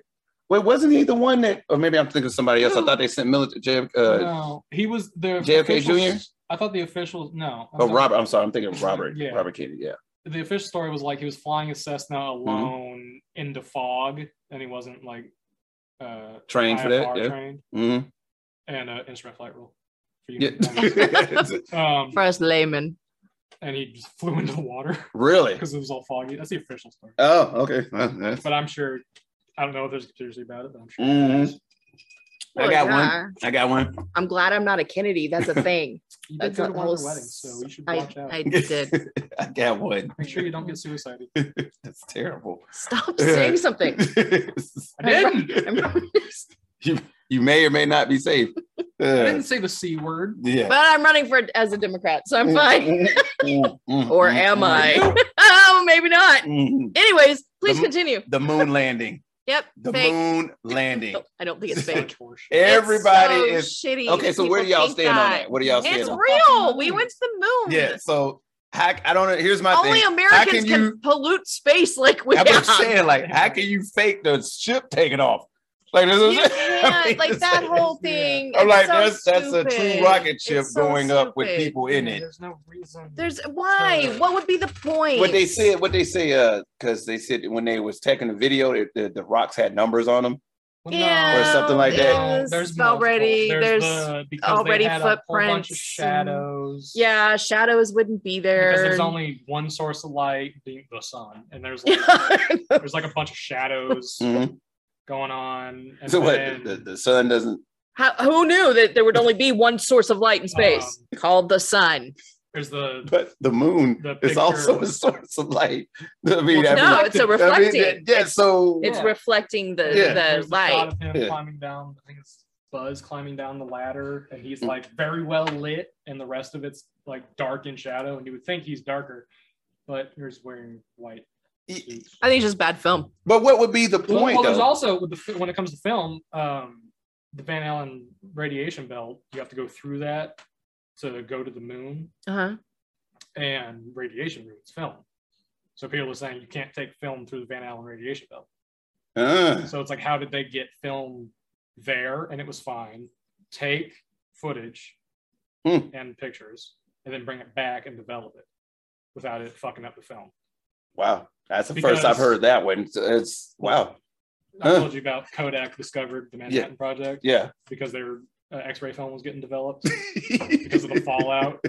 Speaker 1: Wait, wasn't he the one that or maybe I'm thinking of somebody else. I
Speaker 4: No.
Speaker 1: thought they sent military JF, uh
Speaker 4: no, he was the
Speaker 1: JFK
Speaker 4: official-
Speaker 1: Jr.?
Speaker 4: I thought the official no. I'm
Speaker 1: oh
Speaker 4: sorry.
Speaker 1: Robert, I'm sorry, I'm thinking of Robert.
Speaker 4: Yeah.
Speaker 1: Robert Kennedy, yeah.
Speaker 4: The official story was like he was flying his Cessna
Speaker 1: Mm-hmm.
Speaker 4: alone into fog, and he wasn't like uh
Speaker 1: Trained for that,
Speaker 4: IFR
Speaker 1: yeah.
Speaker 4: trained
Speaker 1: Mhm.
Speaker 4: and uh, instrument flight rule. For you.
Speaker 1: Yeah.
Speaker 4: um,
Speaker 2: For us laymen.
Speaker 4: and he just flew into the water
Speaker 1: really?
Speaker 4: because it was all foggy. That's the official story,
Speaker 1: Oh, okay. Well, that's- Mm-hmm.
Speaker 4: but I'm sure. I don't know if there's a conspiracy about it, but I'm sure.
Speaker 1: Mhm. I got
Speaker 2: yeah.
Speaker 1: one. I got one.
Speaker 2: I'm glad I'm not a Kennedy. That's a thing.
Speaker 4: You did
Speaker 2: That's
Speaker 4: go
Speaker 2: a
Speaker 4: to one
Speaker 2: whole
Speaker 4: of her weddings, so we should watch out.
Speaker 2: I did.
Speaker 1: I got one.
Speaker 4: Make sure you don't get suicided.
Speaker 1: That's terrible.
Speaker 2: Stop
Speaker 1: Yeah.
Speaker 2: saying something.
Speaker 4: I didn't.
Speaker 2: I'm running-
Speaker 1: you may or may not be safe.
Speaker 4: I
Speaker 1: Uh,
Speaker 4: didn't say the c word.
Speaker 1: yeah.
Speaker 2: but I'm running for as a Democrat, so
Speaker 1: Mm.
Speaker 2: I'm fine.
Speaker 1: Mm-hmm.
Speaker 2: Or am I? oh, maybe not.
Speaker 1: Mhm.
Speaker 2: Anyways, please
Speaker 1: The-
Speaker 2: continue.
Speaker 1: The moon landing.
Speaker 2: Yep.
Speaker 1: The
Speaker 2: fake.
Speaker 1: moon landing.
Speaker 2: Oh, I don't think it's
Speaker 4: It's
Speaker 2: fake.
Speaker 4: not Porsche.
Speaker 1: Everybody
Speaker 2: It's
Speaker 1: is
Speaker 2: so shitty.
Speaker 1: okay. So where do
Speaker 2: People
Speaker 1: y'all
Speaker 2: think
Speaker 1: stand on
Speaker 2: that.
Speaker 1: that? What do y'all
Speaker 2: It's
Speaker 1: stand on?
Speaker 2: real. We went to the moon.
Speaker 1: Yeah. So how, I don't know. Here's my
Speaker 2: Only
Speaker 1: thing.
Speaker 2: Americans
Speaker 1: can
Speaker 2: can,
Speaker 1: you-
Speaker 2: pollute space like we
Speaker 1: I'm
Speaker 2: have.
Speaker 1: just saying, like, how can you fake the ship taking off? Like, this is I
Speaker 2: You
Speaker 1: mean,
Speaker 2: can't like
Speaker 1: it's
Speaker 2: that
Speaker 1: like-
Speaker 2: whole
Speaker 4: yeah.
Speaker 2: thing.
Speaker 1: I'm
Speaker 2: it's
Speaker 1: like,
Speaker 2: so
Speaker 1: that's that's a
Speaker 2: stupid.
Speaker 1: true rocket ship
Speaker 2: It's so
Speaker 1: going up with
Speaker 2: stupid.
Speaker 1: people in
Speaker 4: Yeah,
Speaker 1: it.
Speaker 4: There's no reason.
Speaker 2: There's why?
Speaker 4: So-
Speaker 2: What would be the point?
Speaker 1: What they said, what they say, uh, because they said when they was taking the video, it, the, the rocks had numbers on them.
Speaker 4: Well,
Speaker 2: Yeah,
Speaker 1: Or something like that.
Speaker 2: there's already
Speaker 4: multiple.
Speaker 2: there's,
Speaker 4: the- because they
Speaker 2: already
Speaker 4: had a whole bunch
Speaker 2: footprints
Speaker 4: of
Speaker 2: and-
Speaker 4: shadows.
Speaker 2: yeah, shadows wouldn't be there.
Speaker 4: Because there's only one source of light, the, the sun, and there's like,
Speaker 2: Yeah.
Speaker 4: there's like a bunch of shadows
Speaker 1: Mhm.
Speaker 4: going on. And
Speaker 1: So
Speaker 4: then,
Speaker 1: what? The, the sun doesn't.
Speaker 2: How, who knew that there would only be one source of light in space
Speaker 4: Um,
Speaker 2: called the sun?
Speaker 4: There's the
Speaker 1: But the moon
Speaker 4: The
Speaker 1: is also a
Speaker 4: picture-
Speaker 1: source of light. I mean,
Speaker 4: Well,
Speaker 1: I mean,
Speaker 2: No, it's a
Speaker 1: I mean,
Speaker 2: reflecting.
Speaker 1: yeah. So
Speaker 2: It's
Speaker 4: Yeah.
Speaker 2: reflecting the
Speaker 1: Yeah.
Speaker 2: the
Speaker 4: there's the shot
Speaker 2: light.
Speaker 4: of him
Speaker 1: Yeah.
Speaker 4: climbing down. I think it's Buzz climbing down the ladder, and he's like very well lit, and the rest of it's like dark in shadow. And you would think he's darker, but he's wearing white. suit.
Speaker 2: I think it's just bad film.
Speaker 1: but what would be the
Speaker 4: Well,
Speaker 1: point
Speaker 4: well, there's
Speaker 1: though?
Speaker 4: also with the fi- when it comes to film, um, the Van Allen radiation belt. You have to go through that to go to the moon,
Speaker 2: Uh-huh.
Speaker 4: and radiation ruins film. So people are saying you can't take film through the Van Allen radiation belt.
Speaker 1: Uh,
Speaker 4: So it's like, how did they get film there and it was fine? Take footage
Speaker 1: Hmm.
Speaker 4: and pictures, and then bring it back and develop it without it fucking up the film.
Speaker 1: wow, that's the
Speaker 4: Because-
Speaker 1: first I've heard that one. It's, it's wow.
Speaker 4: I
Speaker 1: Huh.
Speaker 4: told you about Kodak discovered the Manhattan Project
Speaker 1: Yeah.
Speaker 4: because their uh, X-ray film was getting developed because of the fallout.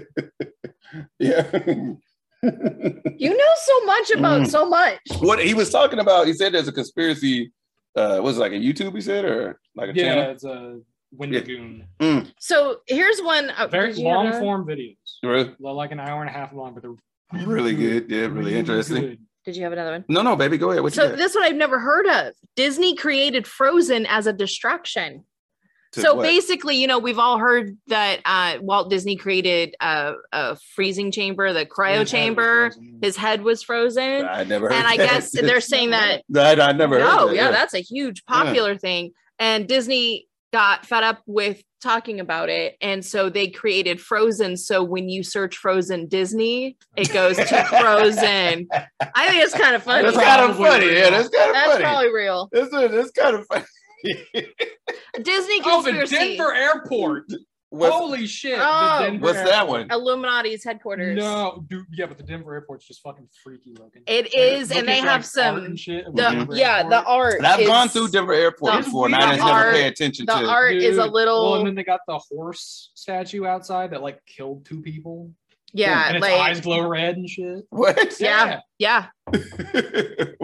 Speaker 1: yeah.
Speaker 2: You know so much about
Speaker 1: Mm.
Speaker 2: so much.
Speaker 1: what he was talking about, he said there's a conspiracy. Uh, was it like a YouTube? He said, or like a
Speaker 4: yeah,
Speaker 1: channel?
Speaker 4: it's a Wendigoon.
Speaker 2: So here's one. uh,
Speaker 4: Very
Speaker 2: did you have
Speaker 4: long
Speaker 2: a-
Speaker 4: form videos.
Speaker 1: Really,
Speaker 4: They're like an hour and a half long, but they're
Speaker 1: really good. Yeah, really,
Speaker 4: Mm-hmm.
Speaker 1: interesting.
Speaker 4: good.
Speaker 2: Did you have another one?
Speaker 1: No, no, baby, go ahead. What
Speaker 2: so
Speaker 1: you got?
Speaker 2: this one I've never heard of. Disney created Frozen as a distraction.
Speaker 1: To
Speaker 2: so
Speaker 1: what?
Speaker 2: basically, you know, we've all heard that uh, Walt Disney created uh, a freezing chamber, the cryo
Speaker 4: Yeah,
Speaker 2: chamber.
Speaker 4: frozen.
Speaker 2: His head was frozen,
Speaker 1: I never. Heard
Speaker 2: and I
Speaker 1: that.
Speaker 2: guess they're saying that
Speaker 1: that I never heard.
Speaker 2: Oh,
Speaker 1: that,
Speaker 2: yeah, that's a huge popular thing. And Disney got fed up with talking about it. And so they created Frozen. So when you search Frozen Disney, it goes to Frozen. I think it's kind of funny.
Speaker 1: That's
Speaker 2: That's,
Speaker 1: kind of funny. Yeah, that's kind of funny.
Speaker 2: probably real.
Speaker 1: That's that's kind of funny.
Speaker 2: Disney
Speaker 4: Oh, the
Speaker 2: conspiracy.
Speaker 4: Denver airport.
Speaker 1: What's,
Speaker 4: Holy shit!
Speaker 2: Oh.
Speaker 4: the Denver
Speaker 1: what's that
Speaker 4: airport.
Speaker 1: one?
Speaker 2: Illuminati's headquarters.
Speaker 4: No, dude. Yeah, but the Denver airport's just fucking freaky looking.
Speaker 2: It
Speaker 4: Like,
Speaker 2: is,
Speaker 4: look
Speaker 2: and
Speaker 4: at,
Speaker 2: they
Speaker 4: like,
Speaker 2: have
Speaker 4: art
Speaker 2: some
Speaker 4: and shit of
Speaker 2: the
Speaker 4: Denver
Speaker 2: yeah, the
Speaker 4: airport.
Speaker 2: art.
Speaker 1: And I've gone
Speaker 2: is-
Speaker 1: through Denver Airport
Speaker 2: the-
Speaker 1: before, and I
Speaker 2: the
Speaker 1: just never
Speaker 2: art-
Speaker 1: pay attention
Speaker 2: the
Speaker 1: to.
Speaker 2: art is a
Speaker 4: Dude,
Speaker 2: little
Speaker 4: Well, and then they got the horse statue outside that like killed two people. and
Speaker 2: yeah,
Speaker 4: its
Speaker 2: like
Speaker 4: eyes glow red and shit.
Speaker 1: what?
Speaker 2: Yeah. yeah,
Speaker 1: What?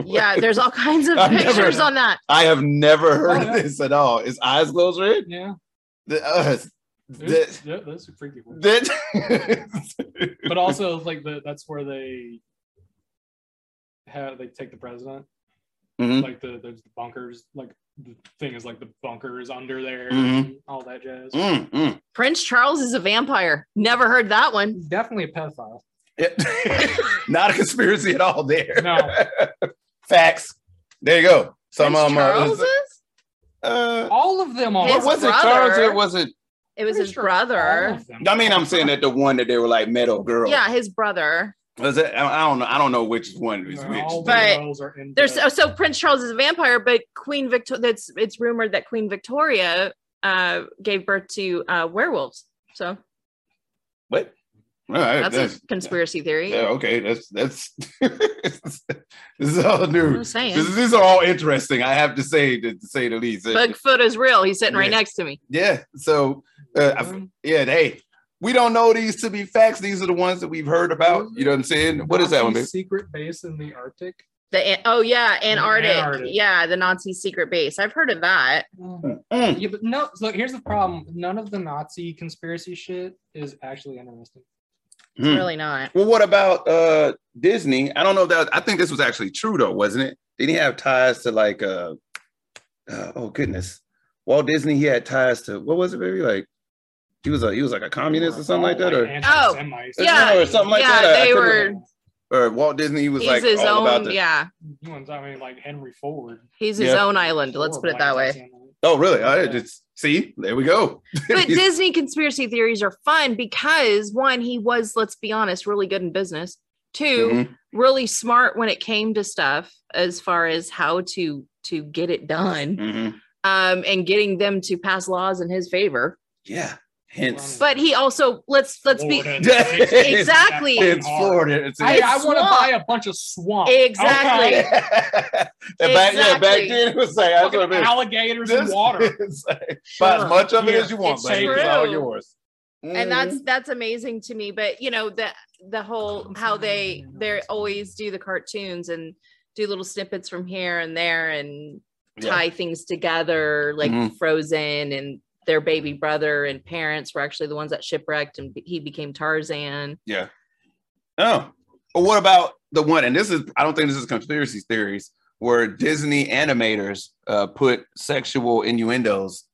Speaker 2: yeah. There's all kinds of
Speaker 1: I've
Speaker 4: never-
Speaker 2: pictures on that.
Speaker 1: I have never heard
Speaker 4: Oh, yeah.
Speaker 1: this at all. Is eyes closed red?
Speaker 4: Yeah.
Speaker 1: The, uh,
Speaker 4: There's-
Speaker 1: the,
Speaker 4: yeah, That's a freaky one.
Speaker 1: the,
Speaker 4: But also, like the that's where they have they take the president.
Speaker 2: Mm-hmm.
Speaker 1: Mhm.
Speaker 4: Like the there's the bunkers. Like the thing is like the bunkers under there,
Speaker 1: Mhm.
Speaker 4: and all that jazz.
Speaker 1: Mm, mm.
Speaker 2: Prince Charles is a vampire. Never heard that one.
Speaker 4: He's definitely a pedophile.
Speaker 1: Yeah. Not a conspiracy at all. There,
Speaker 4: No,
Speaker 1: facts. There you go. Some
Speaker 2: Prince
Speaker 1: um, uh,
Speaker 2: Charles
Speaker 1: was-
Speaker 2: is?
Speaker 1: uh,
Speaker 4: all of them
Speaker 1: What
Speaker 4: are.
Speaker 2: His
Speaker 1: was it
Speaker 2: brother.
Speaker 1: Charles or was it?
Speaker 2: It was
Speaker 4: Pretty
Speaker 2: his
Speaker 4: sure all
Speaker 2: brother.
Speaker 4: of them.
Speaker 1: I mean, I'm saying that the one that they were like metal girl.
Speaker 2: Yeah, his brother.
Speaker 1: Was it? I I don't know. I don't know which one is
Speaker 4: They're all
Speaker 1: which.
Speaker 4: the
Speaker 2: But
Speaker 4: girls are in
Speaker 2: There's
Speaker 4: the-
Speaker 2: oh, so Prince Charles is a vampire, but Queen Victoria. That's it's rumored that Queen Victoria uh, gave birth to uh, werewolves. So
Speaker 1: What? All right,
Speaker 2: that's, a conspiracy theory.
Speaker 1: Yeah, okay. That's that's. this is all
Speaker 2: I'm
Speaker 1: new.
Speaker 2: just saying.
Speaker 1: This, these are all interesting. I have to say, to, to say the least.
Speaker 2: Bigfoot is real. He's sitting right
Speaker 1: Yeah.
Speaker 2: next to me.
Speaker 1: Yeah. So, uh, I- yeah. Hey, we don't know these to be facts. These are the ones that we've heard about. You know what I'm saying? What is that one?
Speaker 4: Nazi
Speaker 1: Babe?
Speaker 4: Secret base in the Arctic.
Speaker 2: The oh yeah, Antarctic.
Speaker 4: Antarctic.
Speaker 2: Yeah, the Nazi secret base. I've heard of that.
Speaker 1: Mm.
Speaker 4: Yeah, but no, look, here's the problem. None of the Nazi conspiracy shit is actually interesting.
Speaker 2: It's
Speaker 1: Mm.
Speaker 2: really not.
Speaker 1: Well, what about uh Disney? I don't know if that. I think this was actually true though, wasn't it? Didn't he have ties to like uh, uh oh goodness, Walt Disney? He had ties to what was it, baby? Like he was a he was like a communist or something like that, or
Speaker 4: anti-Semites.
Speaker 2: Oh, yeah.
Speaker 1: or something like
Speaker 2: Yeah,
Speaker 1: that. I- I
Speaker 2: they
Speaker 1: couldn't-
Speaker 2: were-
Speaker 1: or Walt Disney. He was
Speaker 2: He's
Speaker 1: like
Speaker 2: his
Speaker 1: all about
Speaker 2: own.
Speaker 1: the.
Speaker 2: Yeah,
Speaker 4: You ones, I mean, like Henry Ford.
Speaker 2: he's his
Speaker 1: Yeah.
Speaker 2: own island. Let's put it that way.
Speaker 1: Oh really? I just see. There we go.
Speaker 2: But Disney conspiracy theories are fun because one, he was, let's be honest, really good in business. 2
Speaker 1: Mhm.
Speaker 2: really smart when it came to stuff as far as how to to get it done
Speaker 1: Mhm.
Speaker 2: um and getting them to pass laws in his favor
Speaker 1: Yeah. Hence.
Speaker 2: but he also let's let's be Exactly.
Speaker 1: It's Florida. It's
Speaker 4: I, I want to
Speaker 2: Swamp.
Speaker 4: buy a bunch of swamp.
Speaker 2: Exactly.
Speaker 4: Okay.
Speaker 1: back, yeah, back
Speaker 2: Exactly.
Speaker 1: then it was like I was
Speaker 4: Fucking
Speaker 1: gonna be-
Speaker 4: alligators in
Speaker 1: This
Speaker 4: water.
Speaker 1: is like, buy as
Speaker 2: Sure.
Speaker 1: much of it
Speaker 4: Yeah.
Speaker 1: as you want,
Speaker 4: It's
Speaker 1: baby. It's all
Speaker 2: true.
Speaker 1: yours.
Speaker 4: Mm.
Speaker 1: Mm-hmm.
Speaker 2: and that's that's amazing to me but you know the the whole how they they always do the cartoons and do little snippets from here and there and
Speaker 1: Yeah.
Speaker 2: tie things together like
Speaker 1: Mhm.
Speaker 2: frozen and their baby brother and parents were actually the ones that shipwrecked and he became tarzan
Speaker 1: yeah. Oh, but what about the one? And this is I don't think this is conspiracy theories where Disney animators uh, put sexual innuendos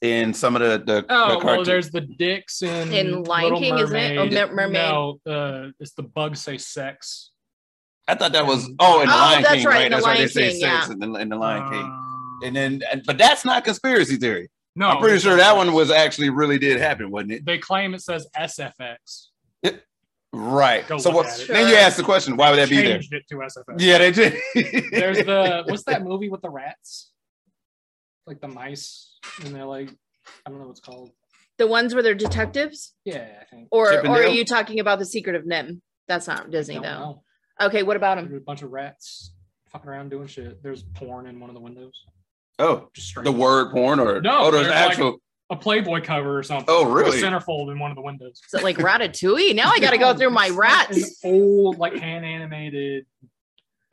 Speaker 1: in some of the the, the
Speaker 4: Oh, well,
Speaker 1: cartoons.
Speaker 4: there's the dicks in,
Speaker 2: In Lion
Speaker 4: Little
Speaker 2: King, isn't it? Oh,
Speaker 4: Mermaid.
Speaker 2: Mer- Mermaid.
Speaker 4: No, uh, it's the bugs say sex.
Speaker 1: I thought that was oh, in the
Speaker 2: Oh,
Speaker 1: Lion
Speaker 2: that's
Speaker 1: King,
Speaker 2: right,
Speaker 1: right?
Speaker 2: in the
Speaker 1: That's why they
Speaker 2: Lion
Speaker 1: say
Speaker 2: King,
Speaker 1: sex in, the, in the Lion King.
Speaker 4: Uh,
Speaker 1: And then, and, but that's not conspiracy theory.
Speaker 4: no,
Speaker 1: I'm pretty sure that one was actually really did happen, wasn't it?
Speaker 4: They claim it says SFX.
Speaker 1: Right.
Speaker 4: Go
Speaker 1: so
Speaker 4: look
Speaker 1: what,
Speaker 4: at it.
Speaker 1: then you ask the question, why would that be there?
Speaker 4: Changed it to SFX.
Speaker 1: Yeah, they did.
Speaker 4: There's the what's that movie with the rats? Like the mice, and they're like, I don't know what's called.
Speaker 2: the ones where they're detectives
Speaker 4: Yeah, I think.
Speaker 2: or
Speaker 1: Chip and
Speaker 2: or are
Speaker 1: Dale?
Speaker 2: you talking about the secret of nim that's not Oh, disney
Speaker 4: Don't
Speaker 2: though
Speaker 4: know.
Speaker 2: okay what about him
Speaker 4: There's a bunch of rats fucking around doing shit. There's porn in one of the windows.
Speaker 1: oh,
Speaker 4: Just straight.
Speaker 1: the word porn or
Speaker 4: No,
Speaker 1: oh, there's
Speaker 4: there's
Speaker 1: actual.
Speaker 4: A Playboy cover or something.
Speaker 1: Oh,
Speaker 4: Or a
Speaker 1: really?
Speaker 4: centerfold in one of the windows.
Speaker 2: is it like ratatouille now i gotta go through my
Speaker 4: It's like an
Speaker 2: rats
Speaker 4: old, like hand animated.
Speaker 1: oh,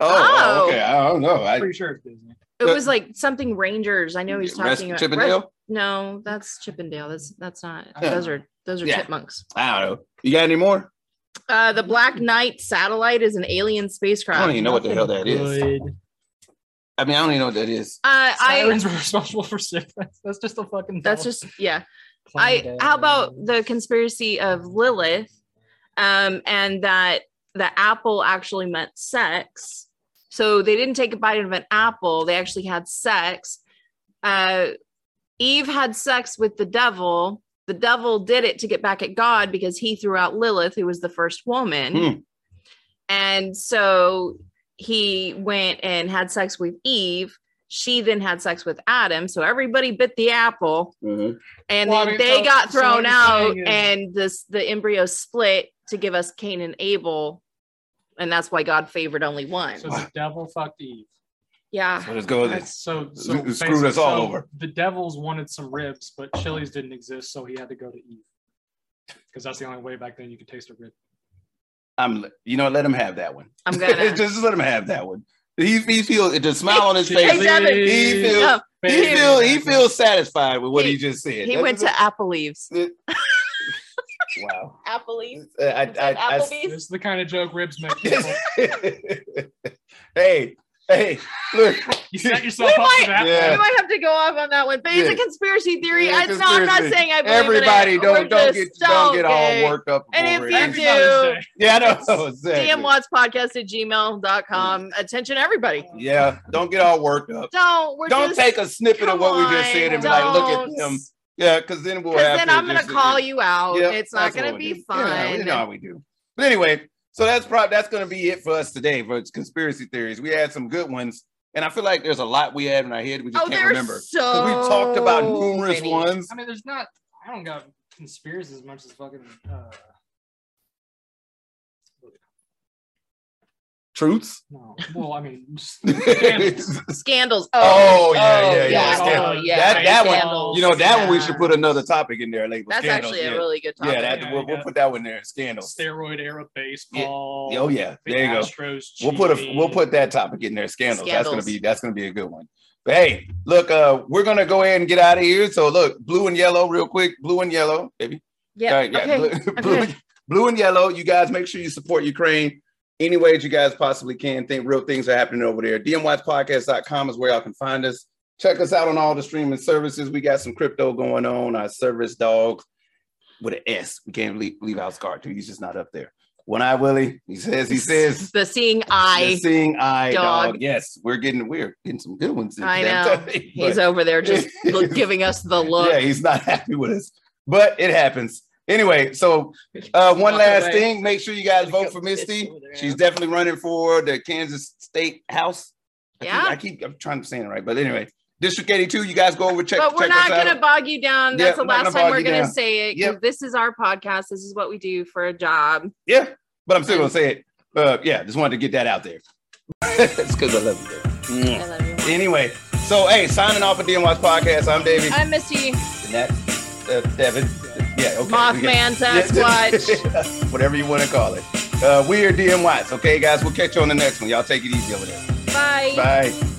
Speaker 2: Oh.
Speaker 1: okay. I don't know. I,
Speaker 4: Pretty sure it's Disney.
Speaker 2: it
Speaker 1: the-
Speaker 2: was like something rangers i know he's
Speaker 1: Rest-
Speaker 2: talking about
Speaker 1: Chip and
Speaker 2: Res-
Speaker 1: Dale?
Speaker 2: No, that's Chippendale. That's that's not.
Speaker 4: Yeah.
Speaker 2: Those are those are
Speaker 1: Yeah.
Speaker 2: chipmunks.
Speaker 1: I don't know. You got any more?
Speaker 2: Uh, the Black Knight satellite is an alien spacecraft.
Speaker 1: I don't even know what the hell that is.
Speaker 4: Good.
Speaker 1: I mean, I don't even know what that is.
Speaker 2: Uh, I
Speaker 4: Sirens were responsible for six. That's, that's just a fucking.
Speaker 2: that's
Speaker 4: dumb
Speaker 2: just yeah.
Speaker 4: plan,
Speaker 2: I
Speaker 4: Dave.
Speaker 2: how about the conspiracy of Lilith, um, and that the apple actually meant sex. So they didn't take a bite of an apple. They actually had sex. Uh, Eve had sex with the devil. The devil did it to get back at God because he threw out Lilith, who was the first woman.
Speaker 1: Hmm.
Speaker 2: And so he went and had sex with Eve. She then had sex with Adam. So everybody bit the apple
Speaker 1: Mhm.
Speaker 2: and
Speaker 4: Well, I
Speaker 2: then
Speaker 4: mean,
Speaker 2: they
Speaker 4: so-
Speaker 2: got
Speaker 4: so what
Speaker 2: thrown
Speaker 4: you're
Speaker 2: out
Speaker 4: saying is-
Speaker 2: and this the embryo split to give us Cain and Abel. And that's why God favored only one.
Speaker 4: So the devil fucked Eve.
Speaker 2: yeah.
Speaker 1: So let's go with
Speaker 4: That's
Speaker 1: this.
Speaker 4: so,
Speaker 1: It
Speaker 4: so
Speaker 1: screwed
Speaker 4: basically-
Speaker 1: us all
Speaker 4: so
Speaker 1: over.
Speaker 4: The Devils wanted some ribs, but Chili's didn't exist, so he had to go to Eve because that's the only way back then you could taste a rib.
Speaker 1: I'm, you know, let him have that one.
Speaker 2: I'm
Speaker 1: just,
Speaker 2: gonna
Speaker 1: just let him have that one. He, he feels the smile on his
Speaker 2: Hey,
Speaker 1: face.
Speaker 2: Devin.
Speaker 1: He feels,
Speaker 2: No,
Speaker 1: he feels, he feels satisfied with what he,
Speaker 2: He-
Speaker 1: just said.
Speaker 2: he
Speaker 1: That
Speaker 2: went
Speaker 1: is-
Speaker 2: to Apple Leaves.
Speaker 1: wow.
Speaker 2: Apple Leaves.
Speaker 1: I, I,
Speaker 2: Is that
Speaker 1: I-
Speaker 2: Applebee's?
Speaker 4: This is the kind of joke ribs make. people.
Speaker 1: hey, hey, look.
Speaker 4: You set yourself
Speaker 2: We
Speaker 4: up
Speaker 2: might-
Speaker 4: for that.
Speaker 1: Yeah.
Speaker 2: We might have to go off on that one, but it's
Speaker 1: Yeah.
Speaker 2: a conspiracy theory.
Speaker 1: Yeah,
Speaker 2: I, no, I'm not
Speaker 1: conspiracy.
Speaker 2: saying I believe in it.
Speaker 1: Everybody
Speaker 2: We're
Speaker 1: don't don't
Speaker 2: just
Speaker 1: get don't get all
Speaker 2: okay.
Speaker 1: worked up
Speaker 2: And
Speaker 1: over
Speaker 2: if
Speaker 1: it.
Speaker 2: you
Speaker 4: Happy Mother's Day.
Speaker 1: Yeah, I know. Exactly.
Speaker 2: DM Watts podcast at gmail.com. Attention, everybody.
Speaker 1: Yeah, don't get all worked up.
Speaker 2: Don't we're
Speaker 1: Don't
Speaker 2: just,
Speaker 1: take a snippet of
Speaker 2: come
Speaker 1: what we just
Speaker 2: on,
Speaker 1: said and be like, look at
Speaker 2: don't.
Speaker 1: them. Yeah, because then we'll have
Speaker 2: Because then
Speaker 1: to
Speaker 2: I'm gonna
Speaker 1: just- uh,
Speaker 2: call you out.
Speaker 1: Yep,
Speaker 2: it's not
Speaker 1: that's what
Speaker 2: gonna
Speaker 1: we
Speaker 2: be
Speaker 1: do. Yeah,
Speaker 2: fun.
Speaker 1: you know how we do. But anyway, so that's probably that's gonna be it for us today for conspiracy theories. We had some good ones, and I feel like there's a lot we had in our head we just
Speaker 2: oh,
Speaker 1: can't
Speaker 2: there's
Speaker 1: remember.
Speaker 2: so
Speaker 1: 'Cause we talked about numerous
Speaker 2: many.
Speaker 1: ones.
Speaker 4: I mean, there's not. I don't got conspiracies as much as fucking. Uh,
Speaker 1: Truths.
Speaker 4: No. Well, I mean, just-
Speaker 2: Scandals.
Speaker 1: Oh, yeah, yeah, yeah.
Speaker 2: Oh,
Speaker 4: Scandal.
Speaker 2: yeah.
Speaker 1: That- that one,
Speaker 2: Scandals.
Speaker 1: you know that one we should
Speaker 2: Yeah.
Speaker 1: put another topic in there. Like
Speaker 2: That's
Speaker 1: scandals,
Speaker 2: actually
Speaker 1: yeah.
Speaker 2: a really good topic.
Speaker 1: yeah. That
Speaker 4: Yeah,
Speaker 1: we'll,
Speaker 4: yeah.
Speaker 1: we'll put that one there. Scandals.
Speaker 4: steroid era baseball.
Speaker 1: Oh yeah,
Speaker 4: the
Speaker 1: there you go.
Speaker 4: Astros E.
Speaker 1: We'll put a
Speaker 4: cheating.
Speaker 1: we'll put that topic in there. Scandals. That's gonna
Speaker 2: Scandals.
Speaker 1: be that's gonna be a good one. But hey, look, uh, we're gonna go ahead and get out of here. So look, blue and yellow, real quick. Blue and yellow, baby.
Speaker 2: Yeah.
Speaker 1: All right, yeah,
Speaker 2: okay.
Speaker 1: Blue, blue and- blue and yellow. You guys make sure you support Ukraine any ways you guys possibly can. Think real things are happening over there. DMWatchPodcast.com is where y'all can find us. Check us out on all the streaming services. We got some crypto going on. Our service dog with an S. We can't leave, leave out Scar too. He's just not up there. One eye Willie. He says. He says.
Speaker 2: the seeing eye.
Speaker 1: The seeing eye dog.
Speaker 2: dog.
Speaker 1: Yes, we're getting we're getting some good ones. in
Speaker 2: I
Speaker 1: them,
Speaker 2: know.
Speaker 1: don't we?
Speaker 2: He's
Speaker 1: But-
Speaker 2: over there just look, giving us the look.
Speaker 1: yeah, he's not happy with us, but it happens. Anyway, so uh, one
Speaker 4: Walk
Speaker 1: last
Speaker 4: away.
Speaker 1: thing: make sure you guys vote for Misty. She's definitely running for the Kansas State House. I
Speaker 2: Yeah.
Speaker 1: keep, I keep I'm trying to say it right, but anyway, District 82. You guys go over check.
Speaker 2: but we're
Speaker 1: check us
Speaker 2: not
Speaker 1: out.
Speaker 2: going to bog you down.
Speaker 1: Yeah,
Speaker 2: That's the
Speaker 1: we're not
Speaker 2: last
Speaker 1: gonna
Speaker 2: time
Speaker 1: bog
Speaker 2: we're
Speaker 1: you
Speaker 2: going to
Speaker 1: down.
Speaker 2: say it. 'cause
Speaker 1: Yep.
Speaker 2: This is our podcast. This is what we do for a job.
Speaker 1: Yeah, but I'm still gonna say it. Uh, yeah, just wanted to get that out there. it's because I love you. baby.
Speaker 2: I love you.
Speaker 1: Mm. Anyway, so hey, signing off of DMY's podcast. I'm Davey.
Speaker 2: I'm Misty
Speaker 1: And that's uh, Devin. Yeah, okay. we got-
Speaker 2: Mothman Sasquatch.
Speaker 1: Whatever you want to call it. Uh, we are DM Watts. Okay, guys, we'll catch you on the next one. Y'all take it easy over there.
Speaker 2: Bye.
Speaker 1: Bye.